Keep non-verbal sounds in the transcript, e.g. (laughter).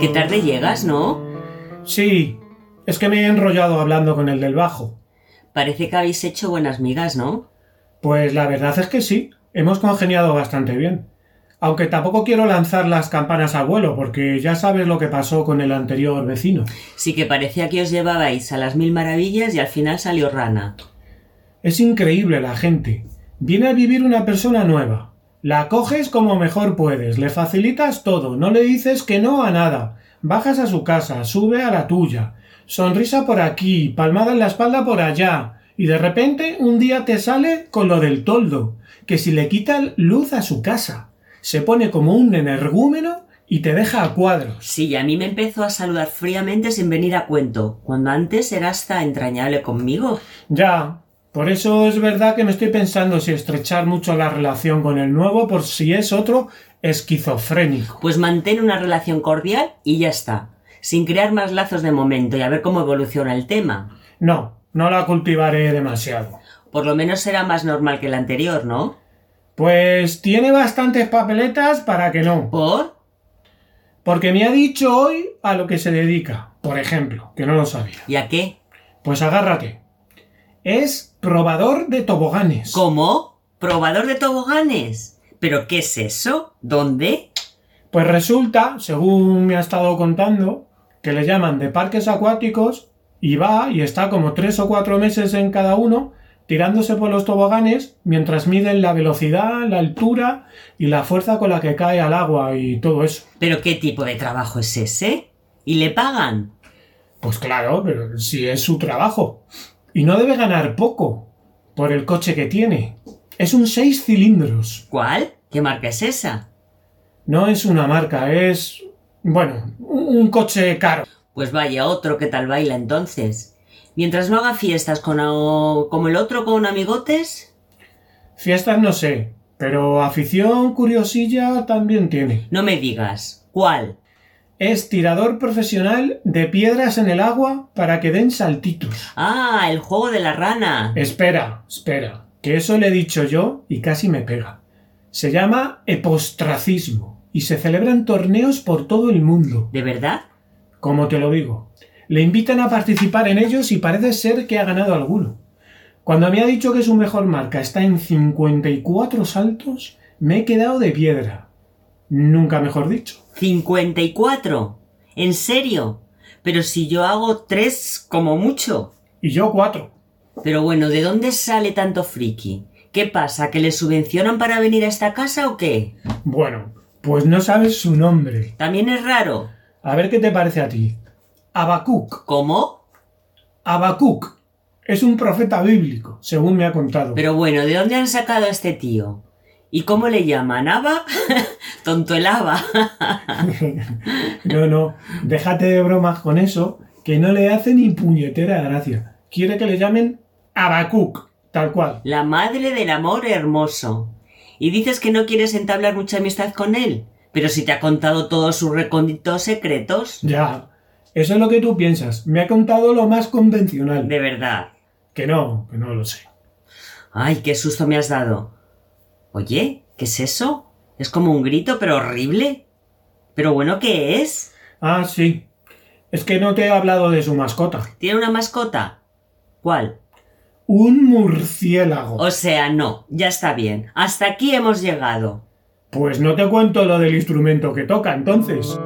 Qué tarde llegas, ¿no? Sí, es que me he enrollado hablando con el del bajo. Parece que habéis hecho buenas migas, ¿no? Pues la verdad es que sí, hemos congeniado bastante bien. Aunque tampoco quiero lanzar las campanas al vuelo, porque ya sabes lo que pasó con el anterior vecino. Sí que parecía que os llevabais a las mil maravillas y al final salió rana. Es increíble la gente. Viene a vivir una persona nueva. La coges como mejor puedes, le facilitas todo, no le dices que no a nada. Bajas a su casa, sube a la tuya. Sonrisa por aquí, palmada en la espalda por allá. Y de repente un día te sale con lo del toldo, que si le quita luz a su casa. Se pone como un energúmeno y te deja a cuadros. Sí, y a mí me empezó a saludar fríamente sin venir a cuento, cuando antes era hasta entrañable conmigo. Ya, por eso es verdad que me estoy pensando si estrechar mucho la relación con el nuevo por si es otro esquizofrénico. Pues mantén una relación cordial y ya está, sin crear más lazos de momento y a ver cómo evoluciona el tema. No, no la cultivaré demasiado. Por lo menos será más normal que el anterior, ¿no? Pues tiene bastantes papeletas para que no. ¿Por? Porque me ha dicho hoy a lo que se dedica, por ejemplo, que no lo sabía. ¿Y a qué? Pues agárrate. Es probador de toboganes. ¿Cómo? ¿Probador de toboganes? ¿Pero qué es eso? ¿Dónde? Pues resulta, según me ha estado contando, que le llaman de parques acuáticos y va y está como tres o cuatro meses en cada uno tirándose por los toboganes mientras miden la velocidad, la altura y la fuerza con la que cae al agua y todo eso. ¿Pero qué tipo de trabajo es ese? ¿Y le pagan? Pues claro, pero si es su trabajo. Y no debe ganar poco por el coche que tiene. Es un seis cilindros. ¿Cuál? ¿Qué marca es esa? No es una marca, es... bueno, un un coche caro. Pues vaya otro que tal baila entonces. Mientras no haga fiestas con o- como el otro con amigotes, Fiestas no sé, pero afición curiosilla también tiene. no me digas. ¿Cuál? Es tirador profesional de piedras en el agua para que den saltitos. Ah, el juego de la rana. Espera, espera, que eso le he dicho yo y casi me pega. Se llama epostracismo y se celebran torneos por todo el mundo. ¿De verdad? Como te lo digo, le invitan a participar en ellos y parece ser que ha ganado alguno. Cuando me ha dicho que su mejor marca está en 54 saltos, me he quedado de piedra. Nunca mejor dicho. ¿54? ¿En serio? Pero si yo hago tres como mucho. Y yo cuatro. Pero bueno, ¿de dónde sale tanto friki? ¿Qué pasa? ¿Que le subvencionan para venir a esta casa o qué? Bueno, pues no sabes su nombre. También es raro. A ver qué te parece a ti. Habacuc. ¿Cómo? Habacuc. Es un profeta bíblico, según me ha contado. Pero bueno, ¿de dónde han sacado a este tío? ¿Y cómo le llaman? ¿Aba? (laughs) Tonto el Aba. No, no, déjate de bromas con eso, que no le hace ni puñetera gracia. Quiere que le llamen Abacuc, tal cual. (laughs) La madre del amor hermoso. Y dices que no quieres entablar mucha amistad con él, pero si te ha contado todos sus recónditos secretos. Ya, eso es lo que tú piensas. Me ha contado lo más convencional. De verdad. Que no, que no lo sé. Ay, qué susto me has dado. Oye, ¿qué es eso? Es como un grito, pero horrible. Pero bueno, ¿qué es? Ah, sí. Es que no te he hablado de su mascota. ¿Tiene una mascota? ¿Cuál? Un murciélago. O sea, no, ya está bien. Hasta aquí hemos llegado. Pues no te cuento lo del instrumento que toca, entonces.